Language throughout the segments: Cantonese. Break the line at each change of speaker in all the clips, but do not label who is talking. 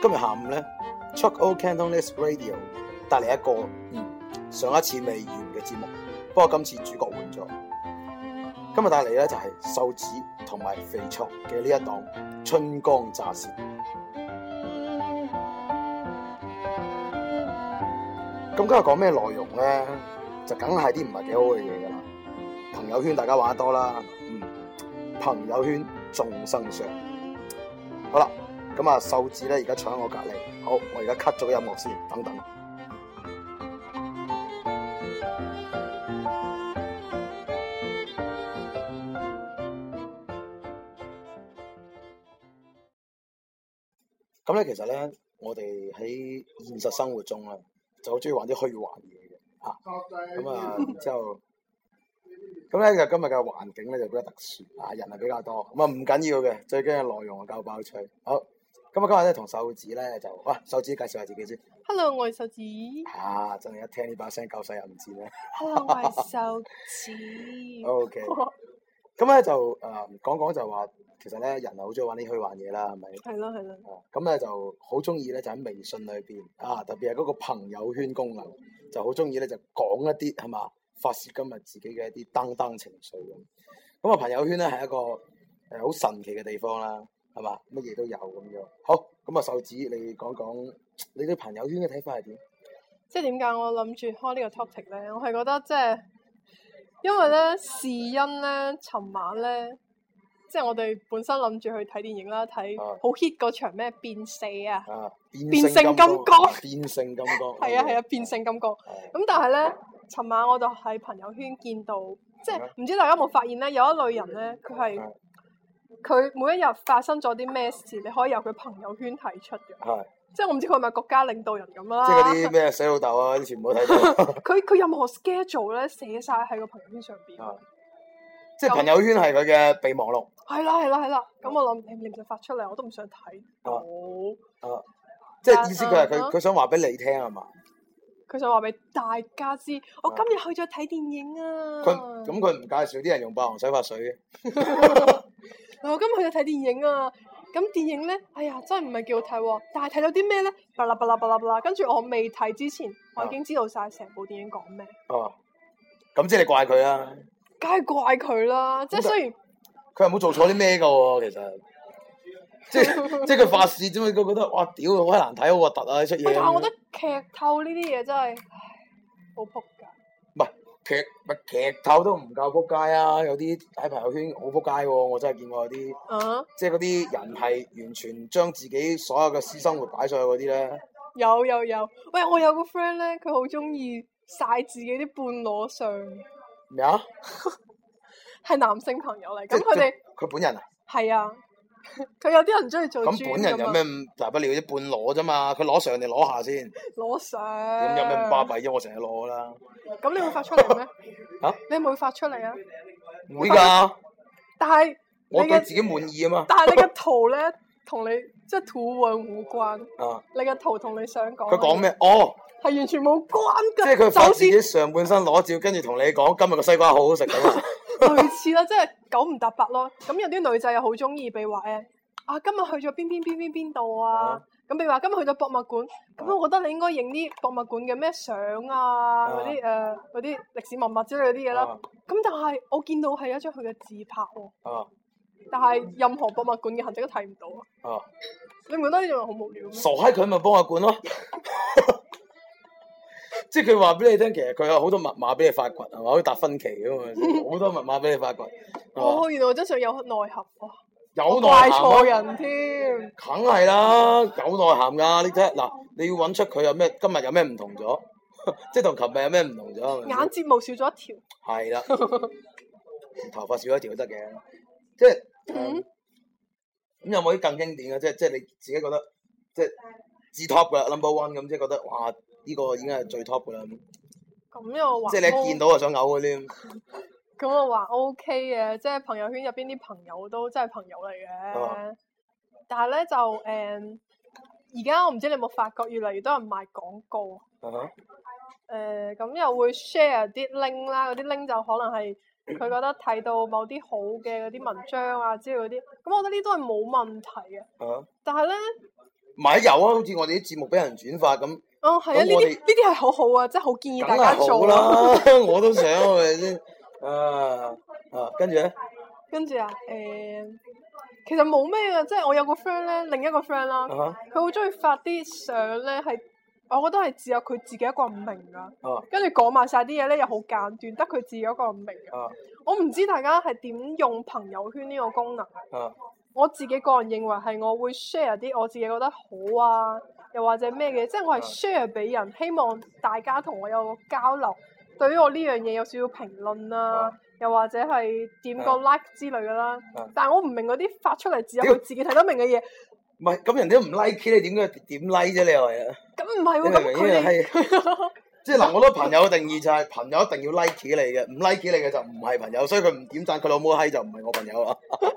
今日下午咧，Chuck O Cantonese Radio 帶嚟一個嗯上一次未完嘅節目，不過今次主角換咗。今日帶嚟咧就係瘦子同埋肥卓嘅呢一檔春光乍泄。咁今日講咩內容咧？就梗係啲唔係幾好嘅嘢㗎啦。朋友圈大家玩得多啦，嗯，朋友圈眾生相。好啦，咁啊，瘦子咧而家坐喺我隔離，好，我而家 cut 咗個音樂先，等等。咁咧，其實咧，我哋喺現實生活中咧，就好中意玩啲虛幻嘢嘅嚇。咁啊，然之後，咁咧就今日嘅環境咧就比較特殊啊，人係比較多。咁啊，唔緊要嘅，最緊要內容係啊夠爆趣。好，咁啊，今日咧同瘦子咧就，喂，瘦子介紹下自己先。
Hello，我係瘦子。
啊，真係一聽呢把聲夠細又唔知咧。
Hello，我係瘦 子。
O K，咁咧就誒、呃、講講就話，其實咧人係好中意玩啲虛幻嘢啦，係咪？
係咯係咯，
啊咁咧就好中意咧，就喺微信裏邊啊，特別係嗰個朋友圈功能，就好中意咧就講一啲啊係嘛，發泄今日自己嘅一啲登登情緒咁。咁啊，朋友圈咧係一個誒好神奇嘅地方啦，係嘛，乜嘢都有咁樣。好，咁啊，瘦子，你講講你對朋友圈嘅睇法係點？
即係點解我諗住開呢個 topic 咧？我係覺得即係因為咧，是因咧，尋晚咧，即係我哋本身諗住去睇電影啦，睇
啊
好 hit 嗰場咩變四啊，
啊，變
變
性
性金剛
剛，啊變性金剛， 嗯
係啊係啊，變性金剛。
係，
咁但係咧，尋晚我就喺朋友圈見到，即係唔知大家有冇發現咧，有一類人咧，佢係
係
佢每一日發生咗啲咩事，你可以由佢朋友圈提出嘅。
係，
即係我唔知佢係咪國家領導人咁
即係嗰
啦。
啲咩死老豆啊，啲全部都睇 到。
佢佢任何 schedule 咧寫晒喺個朋友圈上邊。
啊即係朋友圈係佢嘅備忘錄。
係啦係啦係啦，咁我諗你唔使發出嚟，我都唔想睇到。
啊即係意思佢係
啊啊
佢佢想話俾你聽係嘛？
佢想話俾大家知，我今日去咗睇電影啊！
啊佢咁佢唔介紹啲人用霸王洗髮水嘅，
我哦今日去咗睇電影啊！咁電影咧，哎呀，真係唔係幾好睇喎。但係睇到啲咩咧？巴拉巴拉巴拉巴拉，跟住我未睇之前，
啊
我已經知道晒成部電影講咩，
哦，咁即係你怪佢啦。
梗係怪佢啦。即係雖然
佢又冇做錯啲咩㗎喎，其實。即 係即係佢發事啫嘛，佢覺得哇屌好閪難睇，好核突啊！呢出嘢。
喂但係我覺得劇透呢啲嘢真係唉好仆街。
劇咪劇透都唔夠撲街啊！有啲喺朋友圈好撲街喎，我真係見過有啲
啊！
即係嗰啲人係完全將自己所有嘅私生活擺上去嗰啲咧。
有有有，喂，我有個 friend 咧，佢好中意晒自己啲半裸相，
咩啊？
係男性朋友嚟。
即
咁佢哋
佢本人啊？
係啊，佢有啲人中意做
咁本人有咩咁大不了啫？半裸啫嘛，佢攞上定攞下先？
裸相？
咁
咁
有咩咁巴？閉啫？我成日攞啦，
咁你會發出嚟咩？
啊
你會唔會發出嚟啊？
會㗎。
但係
我
你
對
嘅
自己滿意啊嘛。
但係你嘅圖咧，同你即係圖文無關。
啊，
你嘅圖同你想講
佢講咩？哦，
係完全冇關
即
㗎，
係佢發
就
自己上半身裸照，跟住同你講今日個西瓜好好食咁啊。
類似啦，即係九唔搭八咯。咁有啲女仔又好中意，譬如話誒，啊今日去咗邊邊邊邊邊度 啊
啊，
咁譬如話今日去咗博物館，
啊
咁我覺得你應該影啲博物館嘅咩相啊，嗰啲誒嗰啲歷史文物之類嗰啲嘢啦。咁但係我見到係一張佢嘅自拍喎，
啊
但係任何博物館嘅痕跡都睇唔到啊！
啊，
你唔覺得呢種人好無聊咩？
傻閪佢咪幫我管咯。 即係佢話俾你聽，其實佢有好多密碼俾你發掘，係嘛？可以達分歧噶嘛，啊好多密碼俾你發掘。係嘛
哦，原來我真相有內涵喎，
有啊內涵
怪
啊
錯人添。
梗係啦，有內涵㗎。你睇嗱，你要揾出佢有咩今日有咩唔同咗， 即係同琴日有咩唔同咗。係咪先
眼睫毛少咗一條，
係 啦，頭髮少一條都得嘅，即係誒
嗯
咁有冇啲更經典嘅？即係即係你自己覺得即係至 top 噶啦，number one 咁，即係覺得哇呢個已經係最 top 噶啦，咁
咁又話
即係你一見到就想嘔嗰啲。
咁我話 O K 嘅，即係朋友圈入邊啲朋友都真係朋友嚟
啊
嘅。但係咧就誒，嗯而、家我唔知你有冇發覺，越嚟越多人賣廣告。
啊哈
誒、咁又會 share 啲 link 啦，嗰啲 link 就可能係佢覺得睇到某啲好嘅嗰啲文章啊之類嗰啲。咁我覺得呢都係冇問題嘅。
啊哈
但係咧，
咪有啊，好似我哋啲節目俾人轉發咁，
哦，係啊，
咁
呢
我
啲
哋
呢啲係好好啊，真係好建議
梗
大家
係好
做啊。
啦， 我都想係咪先？ 啊啊，跟住咧，
跟住啊，誒、其實冇咩啊，即係我有個 friend 咧，另一個 friend 啦
啊，哈
佢好中意發啲相咧，係我覺得係只有佢自己一個人明噶。
啊
跟住講埋晒啲嘢咧，又好簡短，得佢自己一個人明嘅。
啊
我唔知大家係點用朋友圈呢個功能。
啊
我自己個人認為係我會 share 啲我自己覺得好啊，又或者咩嘅，即係我係
嗯
share 俾人，希望大家同我有個交流，對於我呢樣嘢有少少評論啦、
嗯
又或者係點個
嗯
like 之類噶啦。
嗯
但係我唔明嗰啲發出嚟只有
屌
佢自己睇得明嘅嘢，
唔係咁人哋都唔 like 你，點解點 like 啫？你係啊？
咁唔係
你
喎，
明唔
咁佢
明？
哋
係即係嗱，我覺得朋友嘅定義就係朋友一定要 like 你嘅，唔 like 你嘅就唔係朋友，所以佢唔點讚佢老母閪就唔係我朋友啊啦。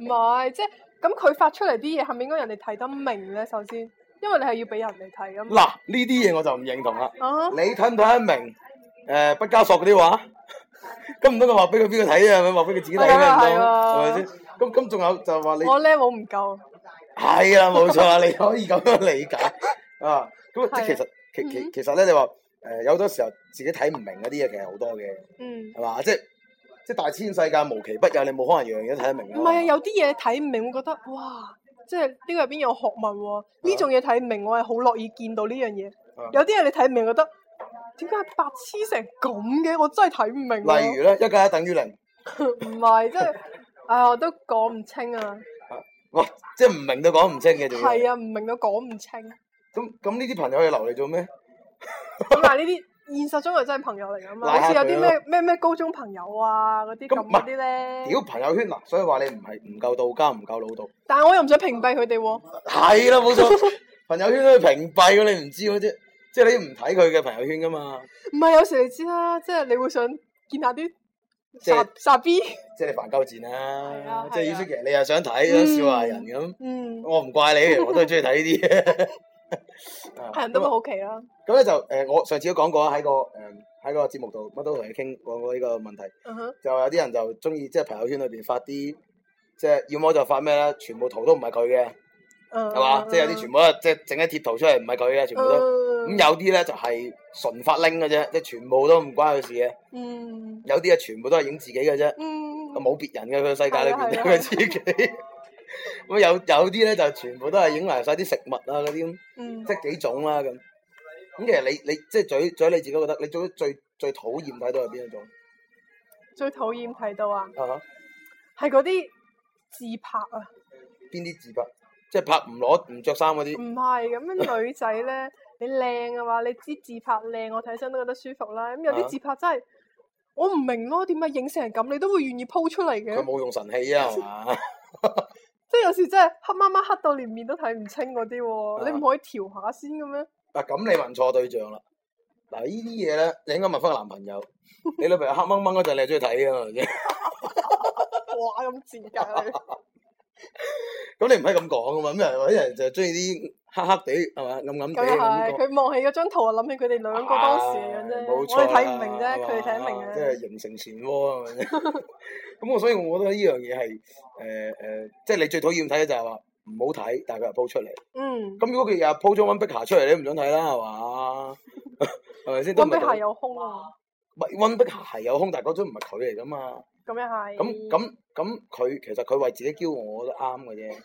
唔係即係咁佢發出嚟啲嘢係咪應該人哋睇得明咧？首先，因為你係要俾人哋睇啊噶嘛。
嗱，呢啲嘢我就唔認同啦。
啊
你睇唔睇得明？誒、畢加索嗰啲畫， 咁唔通我話俾佢邊個睇啊？係咪話俾佢自己睇咩？
係
唔通
啊係
係
啊
咪先？咁咁仲有就話你
我 level 唔夠，
係啦，冇錯啦，你可以咁樣理 解啊。咁即係其實其
嗯
其其實咧，你話誒、有好多時候自己睇唔明嗰啲嘢，其實好多嘅，
嗯，
係嘛？即係即係大千世界無奇不有，你冇可能樣樣都睇得明㗎
唔
嘛
係啊，有啲嘢睇唔明，會覺得哇，即係呢個入邊有學問喎、呢種嘢睇唔明，我係好樂意見到呢樣嘢
啊。
有啲嘢你睇唔明，覺得點解白痴成咁嘅？我真係睇唔明 喎。
例如咧，一加一等於零，
唔係，即係，唉，我都講唔清啊。
哇！即係唔明到講唔清嘅， 仲要
係啊，唔明到講唔清。
咁咁呢啲朋友你留嚟做咩？
咁但係呢啲現實中係真係朋友嚟噶嘛？
拉
好
下
似有
佢
啲
咯
咩咩咩高中朋友啊嗰啲
咁
咁
唔係
嗰啲咧
屌。朋友圈嗱，所以話你唔係唔夠道家，唔夠老道。
但係我又唔想屏蔽佢哋喎。
係啦，冇錯。 朋友圈都係屏蔽嘅，你唔知嘅啫。即係你唔睇佢嘅朋友圈噶嘛，
唔係，有時你知啦，即係你會想見下啲
即係
傻傻 B。
即係你煩鳩賤
係啊
啦。即
係
係
啊
意思其實你又想睇，想笑下人咁。
嗯，
我唔怪你，我都係中意睇呢啲 嘢。啊
係人都會好奇啦。
咁咧就誒，我上次都講過喺個誒喺個節目度，乜都同你傾講過呢個問題。
嗯哼，
就有啲人就中意即係朋友圈裏邊發啲，即係要麼就發咩咧，全部圖都唔係佢嘅，
嗯，
係嘛？即係有啲全部都係即係整一貼圖出嚟唔係佢嘅，全部都。咁
嗯，
有啲咧就係純發拎嘅啫，即係全部都唔關佢事嘅。
嗯
有啲啊全部都係影自己嘅啫，
嗯，
冇別人嘅佢世界裏邊
係啊係啊
佢 自己。咁有有啲咧就全部都係影埋晒啲食物啊嗰啲咁，
嗯
即係幾種啦咁。咁其實你你即係嘴嘴你自己覺得你做得最最討厭睇到係邊一種
最討厭睇到啊，
啊？
係嗰啲自拍啊，
邊啲自拍？即係拍唔攞唔着衫嗰啲
唔係咁樣女仔咧，你靚啊嘛，你知自拍靚，我睇起身都覺得舒服啦。咁有啲
啊
自拍真係，我唔明咯，點解影成咁你都會願意 po 出嚟
佢
嘅？
冇用神器啊係嘛？
即係有時真係黑媽媽黑到連面都睇唔清嗰啲喎，
啊
你唔可以調下先嘅咩？
啊咁你問錯對象啦！嗱呢啲嘢咧，你應該問翻個男朋友。 你女朋友黑掹掹嗰陣，你係中意睇㗎嘛？
哇，咁賤格啊你！
咁你唔可以咁講噶嘛？咁人有啲人就中意啲黑黑地係嘛，暗 暗地
咁
咁
又係，
講。
佢望起嗰張圖，啊諗起佢哋兩個當時嘅樣啫，
唉啊
我
冇錯
哋
啦
睇唔明啫，佢哋睇
係
得
嘛
明
即
嘅。
係形成漩渦係咪先 咁我所以我覺得呢樣嘢係誒誒，即係你最討厭睇嘅就係話唔好睇，但係佢又 po 出嚟。
嗯，
咁如果佢又 po 咗温碧霞出嚟，你都唔想睇啦係嘛？ 係咪先？都唔係
温碧霞
佢
有空啊，
唔係温碧霞係有胸，但係嗰張唔係佢嚟噶嘛。
咁又係。
咁，咁咁，佢其實佢為自己驕傲，我覺得啱嘅啫，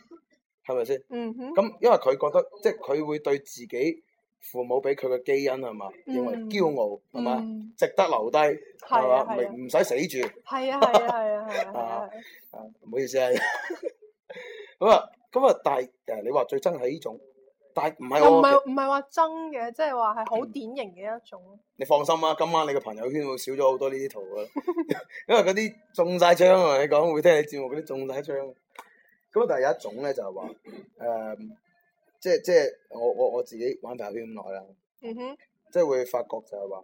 係咪先？
嗯哼，
咁因為佢覺得即係佢會對自己父母俾佢嘅基因係嘛，認為
嗯
驕傲係嘛，
嗯
值得留低係
係啊
嘛，
係啊
唔唔使死住
係啊係啊係啊係啊係啊
啊！啊，唔好意思啊。 咁啊咁啊，但係誒你話最憎係呢種，但係唔
係啊又
係
唔
我，嗯
係唔係話爭嘅，即係話係好典型嘅一種。
你放心啦，今晚你嘅朋友圈會少咗好多呢啲圖噶啦， 因為嗰啲中晒槍啊，你講會聽你節目嗰啲中晒槍。咁啊，但係有一種咧就係話誒，即係即係我我我自己玩朋友圈咁耐啦。
嗯哼，
即係會發覺就係話，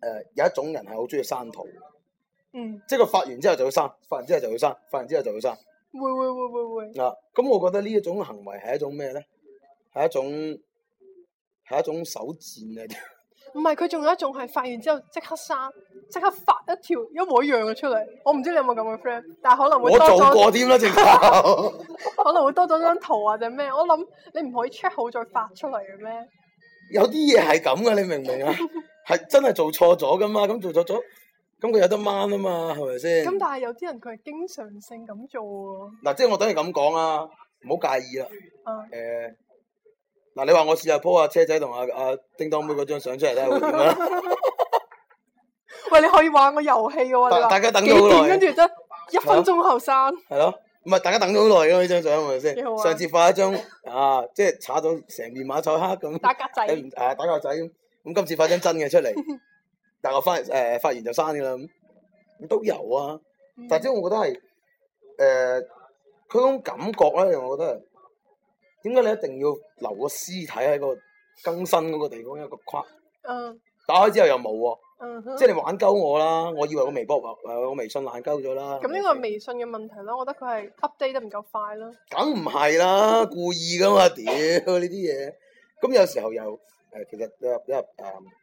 誒、有一種人係好中意刪圖，
嗯，
即係佢發完之後就要刪，發完之後就要刪，發完之後就要刪
會會會會會，
啊！咁我覺得呢一種行為係一種咩咧？係一種係一種手賤啊！
唔係佢仲有一種係發完之後即刻生，即刻發一條一模一樣嘅出嚟。我唔知你有冇咁嘅 friend，但係可能 會
我
多
做
咗，
過添啦，直頭。
可能會多咗張圖或者咩。我諗你唔可以 check 好再發出嚟嘅咩？
有啲嘢係咁噶，你明唔明 啊？係真係做錯咗噶嘛？咁做錯咗，咁佢有得掹啊嘛？係咪先？
咁但係有啲人佢係經常性咁做喎。
嗱，即係我等你咁講啊，唔好介意啦。
啊，
誒、嗱，你話我試下 po 阿車仔同阿阿叮當妹嗰張相出嚟睇下會點啊 啦。
喂，你可以玩個遊戲嘅喎，
大
你話
大家等
幾
咗好
點
耐啊
跟，住得一分鐘 後生，
係咯。唔係大家等咗好耐㗎嘛呢張相係咪
幾好
先？
啊
上次發一張啊，即係搽咗成面馬賽克咁。
打格仔。
你唔 誒打個仔咁，咁今次發張真嘅出嚟， 但我翻誒發完就刪嘅啦，咁咁都有啊。
嗯
但係即係我覺得係誒，佢嗰種感覺咧，我覺得係點解你一定要留個屍體喺個更新嗰個地方一個框？
嗯
打開之後又冇喎，
嗯哼
即係你玩鳩我啦！我以為我微博誒我微信爛鳩咗啦。
咁呢個係微信嘅問題啦，我覺得佢係 update 得唔夠快啦。
梗唔係啦，故意噶嘛，屌呢啲嘢。咁有時候又誒、呃其實入入誒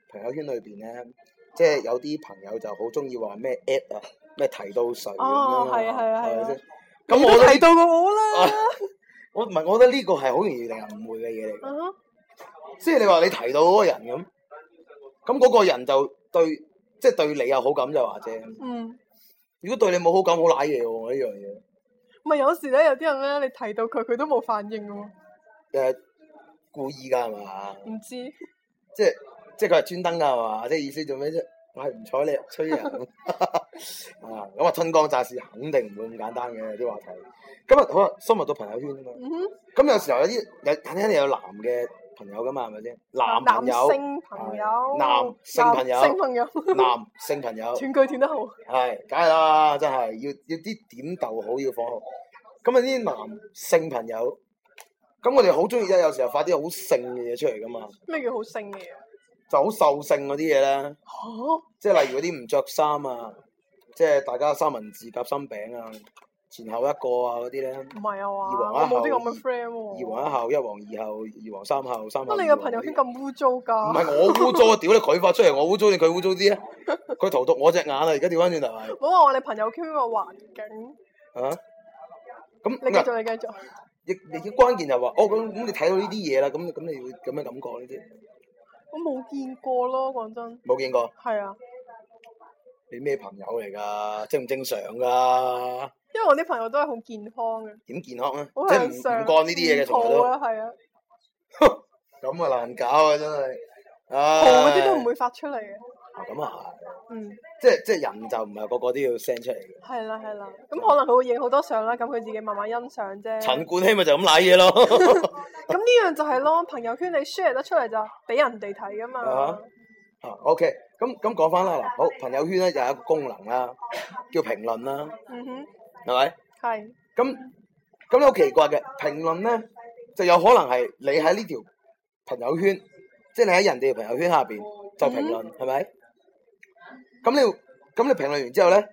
朋友圈裏邊咧，即係有啲朋友就好中意話咩 at 啊，咩提到誰咁樣
哦係啊係啊
係咪
係啊
先
你
咁
都
我覺
提
得
到過我啦。
我唔係，我覺得呢個係好容易令人誤會嘅嘢嚟㗎。
嗯哼
即係你話你提到嗰個人咁，咁嗰個人就對，即係對你有好感就話啫。
嗯，
如果對你冇好感，好賴嘢喎呢樣嘢。
唔係有時咧，有啲人咧，你提到佢，佢都冇反應嘅
誒、故意㗎係嘛？
喎，唔知。
即係即係佢係專登㗎係嘛？即係意思做咩啫？我係唔睬你吹人 啊！咁啊，春光乍泄肯定唔會咁簡單嘅啲話題。今日好啦，深入到朋友圈啊嘛。
嗯哼
咁有時候有啲有肯定有男嘅朋友㗎嘛，係咪先？男朋友、
性朋友，
男性朋友
男性朋友，
男性朋友，
斷句斷得好。
係梗係啦，真係要要啲點逗好，要放好。咁啊，啲男性朋友，咁我哋好中意咧，有時候發啲好性嘅嘢出嚟㗎嘛，
咩叫好性嘅嘢？
就好獸性嗰啲嘢咧。
嚇
即係例如嗰啲唔着衫啊，即係大家三文治夾心餅啊，前後一個啊嗰啲咧，
唔係啊
二
嘛，
王
我
一後
冇啲咁嘅 friend
二
喎。
王一後，一王二後，二王三後，三後二王嗰
乜
啲。
你嘅朋友圈咁污糟
唔
㗎？
係我污糟啊！屌 你，佢發出嚟我污糟定佢污糟啲啊？佢荼毒我隻眼啊！而家調翻轉頭係
唔好話我哋朋友圈個環境。
啊！咁
你繼續，你繼續。
亦亦關鍵就係話，哦咁咁你睇到呢啲嘢啦，咁咁你會咁嘅感覺呢啲
我冇見過咯，講真。
冇見過，
係啊，
你咩朋友嚟㗎？正唔正常㗎？
因為我啲朋友都係好健康嘅，
點健康啊？
好
即係
向
唔唔
上。
幹呢啲嘢嘅，從來都
好。啊，係啊。
咁啊難搞啊真係，
蒲
唉
嗰啲都唔會發出嚟嘅。
啊咁啊
嗯，
係，即係即係人就唔係個個都要 send 出嚟嘅。
係啦係啦，咁可能佢會影好多相啦，咁佢自己慢慢欣賞啫。
陳冠希咪就咁賴嘢咯，
咁呢樣就係咯，朋友圈你 share 得出嚟就俾人哋睇噶
啊
嘛。
啊 OK，咁咁講翻啦嗱，好朋友圈咧就有一個功能啦，叫評論啦，
嗯哼，
係咪？
係，
咁咁你好奇怪嘅評論咧，就有可能係你喺呢條朋友圈，即係你喺人哋嘅朋友圈下邊就評論，係咪、咁你咁你評論完之後咧，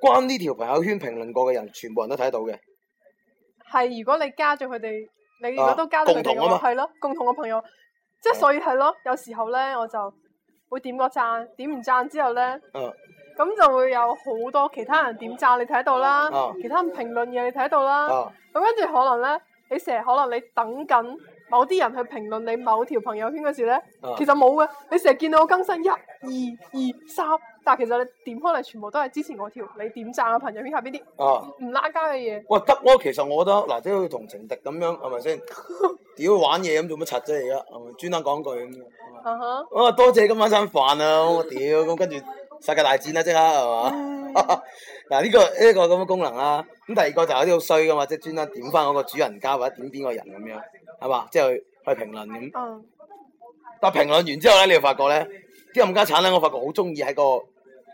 關呢條朋友圈評論過嘅人，全部人都睇到嘅。
係如果你加咗佢哋，你如果都加咗
共
佢哋
同啊
嘅
嘛啊
話，係咯，共同嘅朋友，即係
係
所以係咯，有時候咧我就會點個讚，點完讚之後咧，
嗯
咁就會有好多其他人點讚你睇到啦
啊，
其他人評論嘢你睇到啦。
啊。
咁跟住可能咧，你成日可能你等緊某啲人去評論你某條朋友圈嗰時咧，
啊
其實冇嘅。你成日見到我更新一、二、二、三，但係其實你點開嚟全部都係之前嗰條你點讚嘅朋友圈下邊啲
啊！
唔拉交嘅嘢。
喂，得喎，其實我覺得嗱，即係好似同情敵咁樣，係咪 先？屌玩嘢咁做乜柒啫？而家係咪專登講句咁樣？係嘛
啊哈，
啊，多謝今晚餐飯啊！我屌咁跟住世界大戰啦，即刻係
嗯
嘛？ 嗱呢個呢個咁嘅功能啦，咁第二個就有啲好衰噶嘛，即係專登點翻嗰個主人家或者點邊個人咁樣，係嘛？即係去去評論咁。
嗯，
但係評論完之後咧，你就發覺咧，啲冚家產咧，我發覺好中意喺個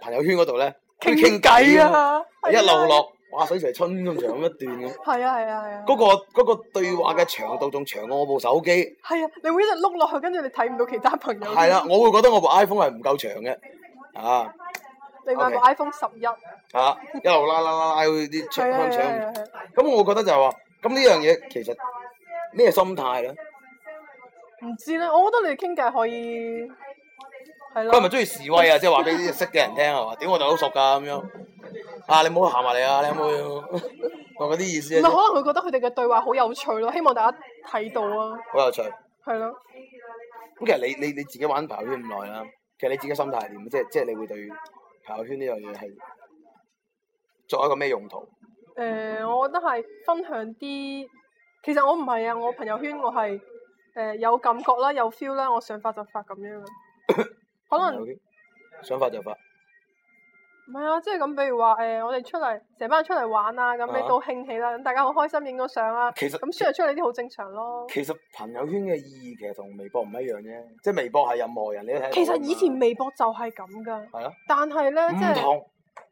朋友圈嗰度咧
傾偈，啊， 係
一路，落哇水蛇春咁長一段咁。
係啊係啊係啊，
嗰、個嗰、個對話嘅長度仲長過我部手機，
係啊，你會一直碌落去，跟住你睇唔到其他朋友圈。
係啊啦，我會覺得我部 iPhone 係唔夠長嘅，啊
你買部
OK
iPhone 十一，
啊一路拉拉拉拉去啲
係
長
啊
向
係啊
長，
係啊，
咁我覺得就係話，咁呢樣嘢其實咩心態咧？
唔知咧，我覺得你哋傾偈可以係
佢係咪
咯，
中意示威啊？即係話俾啲識嘅人聽係嘛？屌我哋好熟㗎咁樣。啊！你唔好行埋嚟啊！你有冇要 我嗰啲意思
唔係可
啊？
能佢覺得佢哋嘅對話好有趣咯，希望大家睇到啊，
好有趣。咁
係咯。
其實你你你自己玩朋友圈咁耐啦，其實你自己心態係點？即係即係你會對朋友圈呢樣嘢係作一個咩用途？
誒、我覺得係分享啲，其實我唔係啊，我朋友圈我係誒、有感覺啦，有 feel 啦，我想發就發 咁樣嘅。可
朋
能
友圈想發就發。
唔係啊，即係咁，譬如話誒、我哋出嚟成班人出嚟玩啊，咁
啊
你都興起啦，咁大家好開心影咗相啊，
其實
咁 share 出嚟啲好正常咯。
其實朋友圈嘅意義其實同微博唔一樣啫，即係微博係任何人你都睇得到㗎嘛。
其實以前微博就係咁噶，
啊係咯。
但係咧即
唔
係
同啊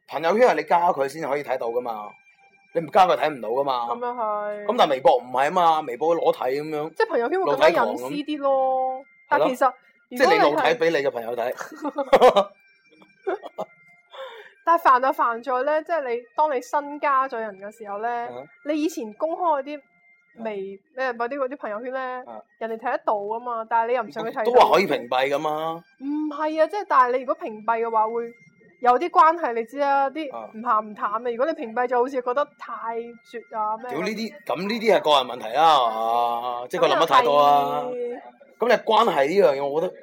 朋友圈係你加佢先可以睇到噶嘛，你唔加佢睇唔到噶嘛。
咁樣係。
咁但係微博唔係啊嘛，微博裸體咁樣，
即係朋友圈會更加隱私啲咯。但
係咯
其實
即係
如果
你
你
露體
係，
俾你嘅朋友睇，
但係煩就煩在咧，即係你當你新加咗人嘅時候咧，
嗯
你以前公開嗰啲微誒
啊
嗰啲嗰啲朋友圈咧，
嗯
人哋睇得到啊嘛，但係你又唔想佢睇到。
都話可以屏蔽噶嘛。
唔係啊，即係但係你如果屏蔽嘅話，會有啲關係，你知啊，啲
啊
唔鹹唔淡嘅。如果你屏蔽就好似覺得太絕啊咩。
屌呢啲咁呢啲係個人問題啦，係嘛？即係佢諗得太多啊啦。
係
咁你關係呢樣嘢，我覺得，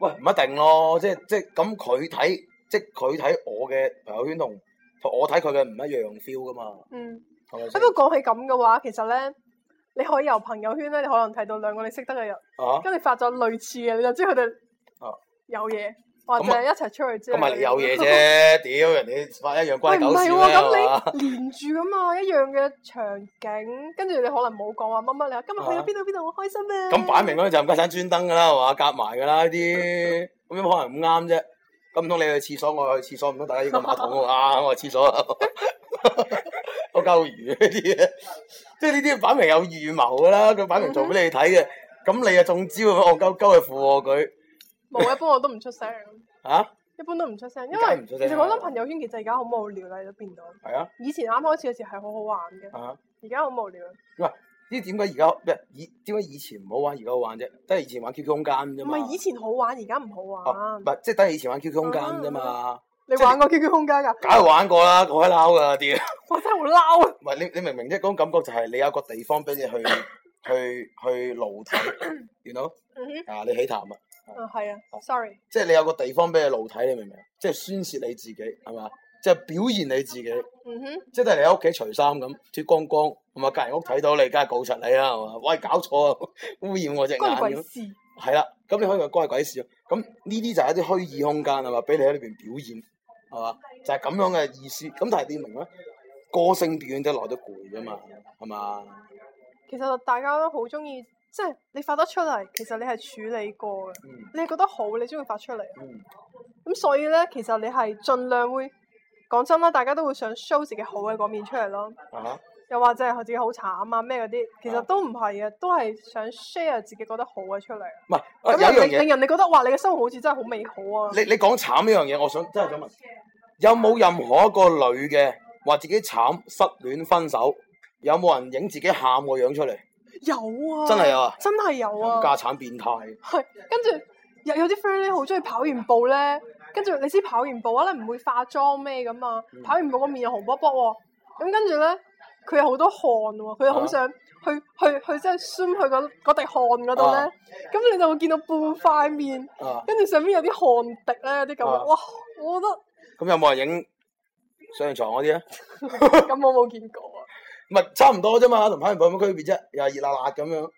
喂唔一定咯，即係即係咁佢睇，即係佢睇我嘅朋友圈同同我睇佢嘅唔一樣 feel 噶嘛，
嗯。
係咪
不
先？
過講起咁嘅話，其實咧，你可以由朋友圈咧，你可能睇到兩個你識得嘅人，
啊，
跟住發咗類似嘅，你就知佢哋
哦
有嘢，或者
咁啊
一齊出去之類嘅。
咁咪你有嘢 啫，屌人哋發一樣關
喂。唔
你狗
係
事咩？
喎，
係嘛
咁你連住噶嘛，一樣嘅場景，跟住你可能冇講話乜乜，你話今日去
啊
咗邊度邊度，好開心啊！
咁擺明嗰啲就唔家產專登噶啦，係嘛？夾埋噶啦呢啲，咁樣可能唔啱啫。咁唔通你去廁所，我去廁所，唔通大家要個馬桶喎啊？我去廁所啊，好鳩魚呢啲嘢，即係呢啲擺明有預謀噶啦，佢擺明做俾你睇嘅。咁你又中招，我鳩鳩去附和佢
冇，一般我都唔出聲，
啊？
一般都唔出聲，因
點解
為
唔出
其
聲啊
實我諗朋友圈其實而家好無聊啦，喺邊度？
係啊，
以前啱開始嘅時係好好玩嘅，
啊！
而家好無聊。
呢點解而家咩？以點解以前唔好玩，而家好玩啫？都係以前玩 QQ 空間啫
唔
嘛。
係以前好玩，而家唔好
啊哦
玩
唔。係即係都係以前玩 QQ 空間啫嘛。
你
即係
玩過 QQ 空間㗎？
梗係玩過啦，我閪撈噶啲。
我真係好嬲啊！
唔係你你明唔明即係嗰種感覺就係你有個地方俾 你去去去露體，原 you know?
嗯哼，
啊你起痰啊！
啊係啊，sorry，
即係你有個地方俾你露體，你明唔明？即係宣泄你自己係嘛？即係表現你自己，
嗯哼，
即係你喺屋企除衫咁脱光光，咁啊隔離屋睇到你，梗係告柒你啦，係嘛？喂搞錯啊， 污染我隻眼
關你鬼
咁，
事。
係啦，咁你可以話關你鬼事啊！咁呢啲就係一啲虛擬空間係嘛，俾你喺裏邊表現係嘛，就係、咁樣嘅意思。咁但係你明咩？個性表演都耐得攰㗎嘛，係嘛？
其實大家都好中意，即係你發得出嚟，其實你係處理過嘅，
嗯
你係覺得好，你先會發出嚟。
嗯
咁所以咧，其實你係盡量會講真啦，大家都會想 show 自己好嘅嗰面出嚟咯。
啊，
又或者係自己好慘啊咩嗰啲，其實
啊
都唔係嘅，都係想 share 自己覺得好嘅出嚟。
唔係啊
咁
有一樣
令令
嘢，
人哋覺得哇，你嘅生活好似真係好美好啊！
你你講慘呢樣嘢，我想真係想問，有冇任何一個女嘅話自己慘失戀分手，有冇人影自己喊個樣出嚟？
有啊，
真係有啊，
真係有啊！
家產變態，
係，跟住有有啲 friend 咧好中意跑完步咧，跟住你知跑完步可能唔會化妝咩噶嘛，
嗯
跑完步個面又紅卜卜喎，咁跟住咧佢有好多汗喎，佢又
啊
好想去、去去即係 zoom 去嗰嗰滴汗嗰度咧
啊，
咁、你就會見到半塊面，
啊，
跟住上面有啲汗滴咧，有啲咁樣，
啊
哇！我覺
咁有冇人影上床嗰啲啊？
得咁我冇見過啊，
唔係差唔多啫嘛，同跑完步有乜區別啫？又係熱辣辣咁 樣，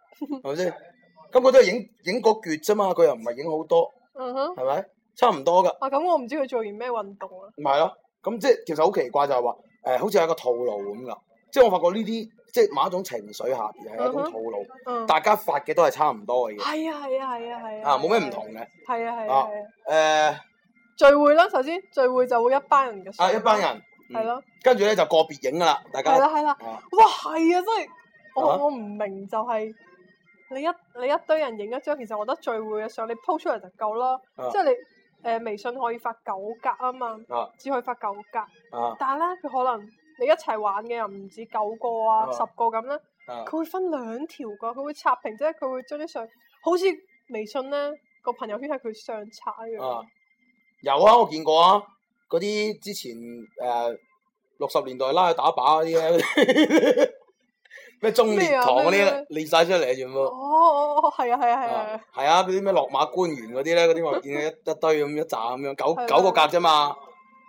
係咪先？咁佢都係影影嗰橛啫嘛，佢又唔係影好多，
嗯哼，
係咪？差唔多噶。
啊咁我唔知佢做完咩運動啊，
唔係咯，咁即係其實好奇怪就係話，誒、好似係一個套路咁噶。即係我發覺呢啲即係某一種情緒下邊係一種套路，
嗯，
大家發嘅都係差唔多嘅嘢，
係啊係啊係啊係啊，
啊冇咩唔同，嘅。
係啊係啊
啊
係啊，
誒、
聚會啦，首先聚會就會一班人嘅，
啊一班人，嗯
係咯，
跟住咧就個別影噶啦，大
係
家
啦，係啦，
啊
哇，係啊，真係，我
啊
我唔明就係你一你一堆人影一張，其實我覺得聚會嘅相你 po 出嚟就夠啦，
啊
即係你誒微信可以發九格啊嘛
啊，
只可以發九格，
啊
但係咧佢可能你一齊玩嘅又唔止九個啊
啊
十個咁咧，
啊
佢會分兩條噶，佢會刷屏，即係佢會將啲相好似微信咧個朋友圈係佢相冊一樣。
啊，有啊，我見過啊，嗰啲之前誒六十年代拉去打靶嗰啲咧，咩中烈堂嗰啲
咩啊
咧，列晒出嚟全
哦
部。
哦哦，係啊係啊係
啊
啊，
係啊，嗰啲咩落馬官員嗰啲咧，嗰啲我見到一一堆咁一紮咁樣，
係啊
九九個格啫嘛。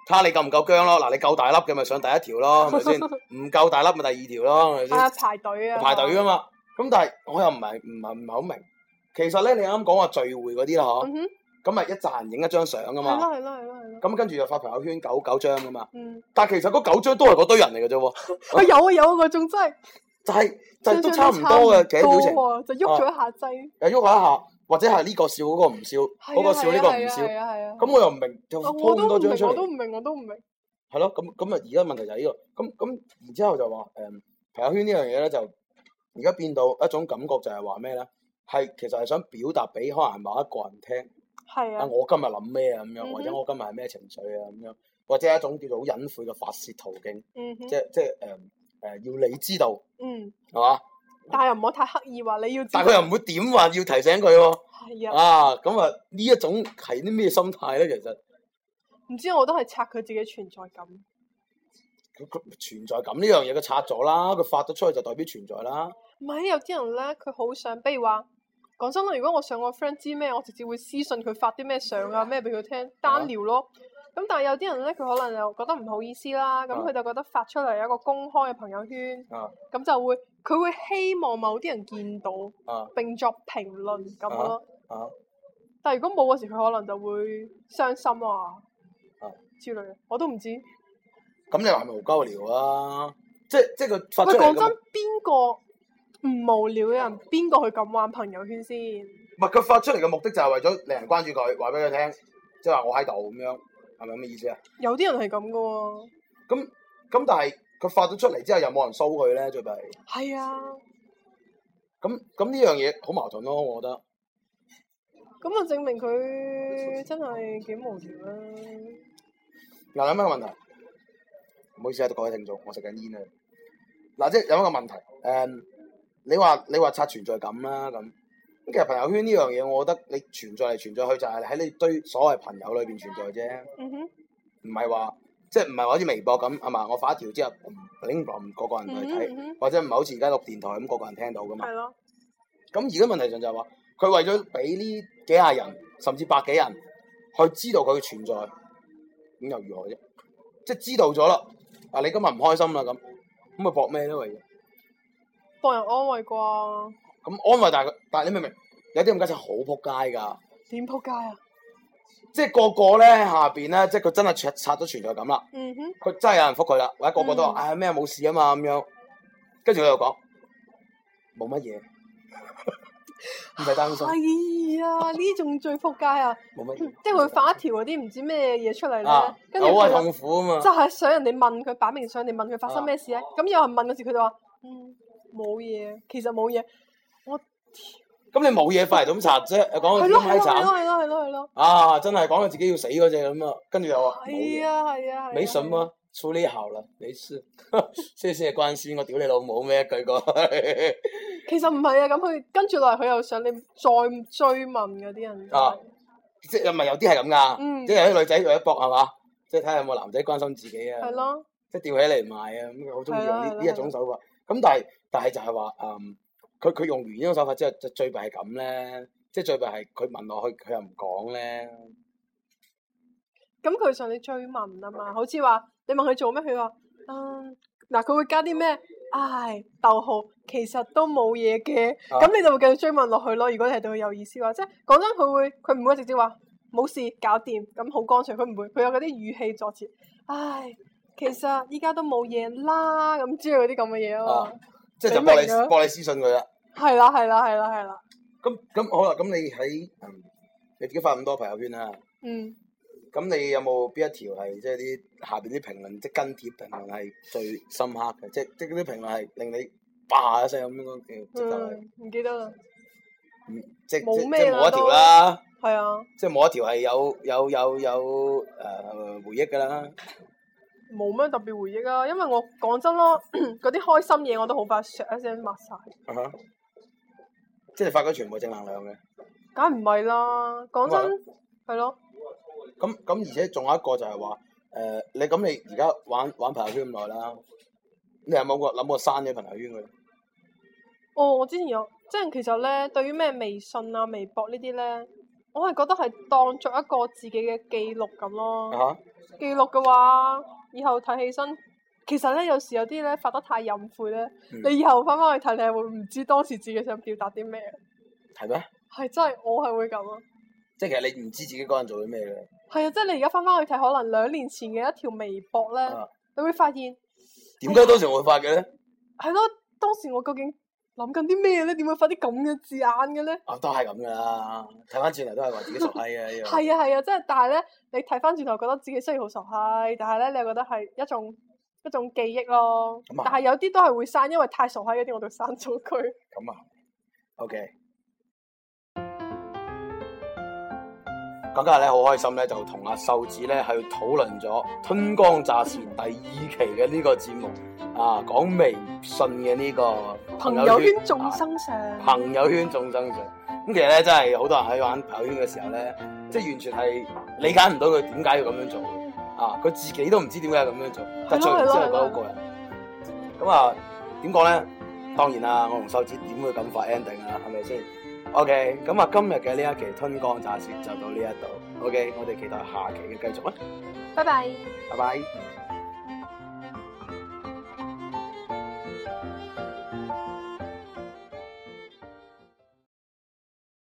睇下你夠唔夠姜咯，嗱你夠大粒嘅咪上第一條咯，係咪 先？唔夠大粒咪第二條咯，係咪
係啊
先？
排隊啊，
排隊啊嘛。咁但係我又唔係唔係唔係好明，其實咧你啱啱講話聚會嗰啲啦
嗯哼，
嗬，咁咪一紮人影一張相噶
係
嘛。
咯係咯係咯係咯，
咁跟住就發朋友圈九九張啊噶嘛，
嗯，
但係其實嗰九張都係嗰堆人嚟嘅啫喎，
啊有啊有啊嗰種真係，
就係、就係
張
都
張
差唔多嘅，其實
差唔
表
多
情
喎就喐咗一下掣，
又喐下一下，或者係呢個笑嗰個唔笑，
係啊
嗰個笑呢個唔
係啊
笑，
係啊係啊，
咁我又唔明就
啊
鋪
我
咁多
都唔明
張出
我
嚟，
都唔明我都唔明，
係咯，咁咁啊而家問題就係呢、個，咁咁然之後就話誒、朋友圈呢樣嘢咧就而家變到一種感覺就係話咩咧？係其實係想表達俾可能某一個人聽。
係
啊！
啊
我今日諗咩啊咁
嗯
樣，
哼
或者我今日係咩情緒啊咁樣，或者係一種叫做好隱晦嘅發泄途徑，
嗯哼
即係即係誒誒，要你知道
嗯，
係嘛？
但係又唔好太刻意話你要知道，
但係佢又唔會點話要提醒佢喎，
係啊，
啊咁啊呢一種係啲咩心態咧？其實
唔知我都係刷佢自己存在感，
佢佢存在感呢樣嘢佢拆咗啦，佢發咗出去就代表存在啦。
唔係有啲人咧佢好想，比如話。講真啦，如果我想我 friend 知咩，我直接會私信佢發啲咩 相啊咩俾佢聽，單聊咯。咁但係有啲人咧，佢可能又覺得唔好意思啦，咁
啊
佢就覺得發出嚟有一個公開嘅朋友圈，
啊
咁就會佢會希望某啲人見到
啊
並作評論咁咯。
啊
但係如果冇嗰時，佢可能就會傷心啊
啊
之類嘅，我都唔知。喂，
咁你話係咪無鳩聊啊？即係即係佢發出嚟
講
咁
真，，邊個唔無聊嘅人，邊個去咁玩朋友圈先？
唔係佢發出嚟嘅目的就係為咗令人關注佢，話俾佢聽，即係話我喺度咁樣，係咪咁嘅意思啊？
有啲人係咁噶喎。
咁咁但係佢發咗出嚟之後，又冇人騷佢咧，最弊。
係啊。
咁咁呢樣嘢好矛盾咯，我覺得。
咁啊，證明佢真係幾無聊啊啦。
嗱，有咩問題？啊唔好意思啊，各位聽眾，我食緊煙啊。嗱，即係有一個問題，誒、你話你話刷存在感啦，咁咁其實朋友圈呢樣嘢，我覺得你存在嚟存在去，就係喺你堆所謂朋友裏邊存在啫，
嗯哼，
唔係話即係唔係話好似微博咁係嘛？我發一條之後，拎唔個個人
嗯
去
哼，
睇，
嗯哼，
或者唔係好似而家錄電台咁個個人聽到噶嘛
係？咯，
咁而家問題上就係話，佢為咗俾呢幾廿人甚至百幾人去知道佢嘅存在，咁又如何啫？即係知道咗啦，啊你今日唔開心啦咁，咁咪搏咩咧？為咗
博人安慰啩？
咁安慰但係佢，但係你明唔明？有啲咁家真係好撲街㗎，
點撲街啊？
即係個個咧下邊咧，即係佢真係刷刷咗存在感啦，
嗯哼，
佢真係有人覆佢啦，或者個個都
嗯
話唉咩冇事啊嘛咁樣，跟住佢又講冇乜嘢，唔使擔心，
係啊，呢種最撲街 啊！
冇乜嘢，
即係佢發一條嗰啲唔知咩嘢出嚟
啊
咧，跟住
好啊
佢
痛苦啊嘛
就。係想人哋問佢，擺明想人哋問佢發生咩事啊。咁有人問嗰時，佢就話：嗯，冇嘢，其實冇嘢。
咁你冇嘢翻嚟就咁刷啫，又呃講
係
佢
咯，
哦咁
係
閪
咯，
慘
係咯，係咯，係咯，係咯。
啊！真係講到自己要死嗰只咁啊，跟住又話嗯冇
係
嘢，
啊，係啊，係啊。
沒什麼，處理好啦，沒事， 謝謝關心，我屌你老母咩一句 講，
其實唔係啊，咁佢跟住落嚟，佢又想你再追問嗰啲人。
啊即係咪有啲係咁噶？
嗯
即係有啲女仔為咗搏係嘛，即係睇下有冇男仔關心自己啊
係，咯，
即係吊起嚟賣啊，咁佢好中意用
係啊
呢
咯
呢一種手法。咁但係但係就係話，嗯，佢佢用完呢種手法之後，就最弊係咁咧，即係最弊係佢問落去，佢又唔講咧，
咁佢上你追問啊嘛，好似話你問佢做咩，佢話嗯嗱，佢會加啲咩？唉，逗號，其實都冇嘢嘅，
啊
咁、你就會繼續追問落去咯。如果你係對佢有意思嘅話，即係講真，佢會佢唔會直接話冇事搞掂，咁好乾脆，佢唔會，佢有嗰啲語氣作詞，唉，其實依家都冇嘢啦，咁之類嗰啲咁嘅嘢咯
啊。即係就搏
你明啊
你搏你私信佢啦。
係啦，係啦，係啦，係啦，
咁咁好啦，咁你喺嗯你自己發咁多朋友圈啦，
嗯，
咁你有冇邊一條係即係啲下邊啲評論，即係跟貼評論係最深刻嘅？即係即係嗰啲評論係令你叭一聲咁樣嘅，直頭係
嗯，唔記得啦，
嗯即係
冇
即係
咩
即係
啦
冇一條
都
啦，
係啊，
即係冇一條係有有有有誒、呃回憶㗎啦。
冇咩特別回憶啊，因為我講真咯， 嗰啲開心嘢我都好快削一聲抹晒。
啊哈即係發覺全部正能量嘅，
梗係唔係啦，講
咁啊
真係咯，
咁咁而且仲有一個就係話，誒、呃你咁你而家玩玩朋友圈咁耐啦，你有冇過諗過刪咗朋友圈佢？
哦，我之前有，即係其實咧，對於咩微信啊、微博呢啲咧，我係覺得係當作一個自己嘅記錄咁咯。
啊
記錄嘅話，以後睇起身，其實咧有時有啲咧發得太隱晦咧，
嗯
你以後翻返去睇，你係會唔知當時自己想表達啲咩。
係咩？
係真係我係會咁啊！
即係其實你唔知自己嗰陣做咗咩嘅。
係啊，即係你而家翻返去睇，可能兩年前嘅一條微博咧，
啊
你會發現
點解當時我會發嘅咧？
係咯，當時我究竟諗緊啲咩咧？點會發啲咁嘅字眼嘅咧？
啊，都係咁噶啦，睇翻轉頭都係話自己傻閪嘅呢個。
係啊係啊，即係但係咧，你睇翻轉頭覺得自己雖然好傻閪，但係咧你又覺得係一種一種記憶咯。
咁啊
但係有啲都係會刪，因為太傻閪嗰啲我就刪咗佢。
咁啊，OK。咁今日咧好開心咧，就同阿秀子咧去討論咗《春光乍泄》第二期嘅呢個節目啊，講微信嘅呢個
朋友圈
啊
眾生上，
朋友圈眾生上。咁其實咧，真係好多人喺玩朋友圈嘅時候咧，即係完全係理解唔到佢點解要咁樣做啊！佢自己都唔知點解要咁樣做，但係做完之後覺得好過癮。咁啊，點講咧？當然啦，我同手指點會咁快 ending 啊？係咪先？OK，咁啊，今日嘅呢一期吞江乍泄就到呢一度。OK，我哋期待下期嘅繼續啊！
拜拜。
拜拜。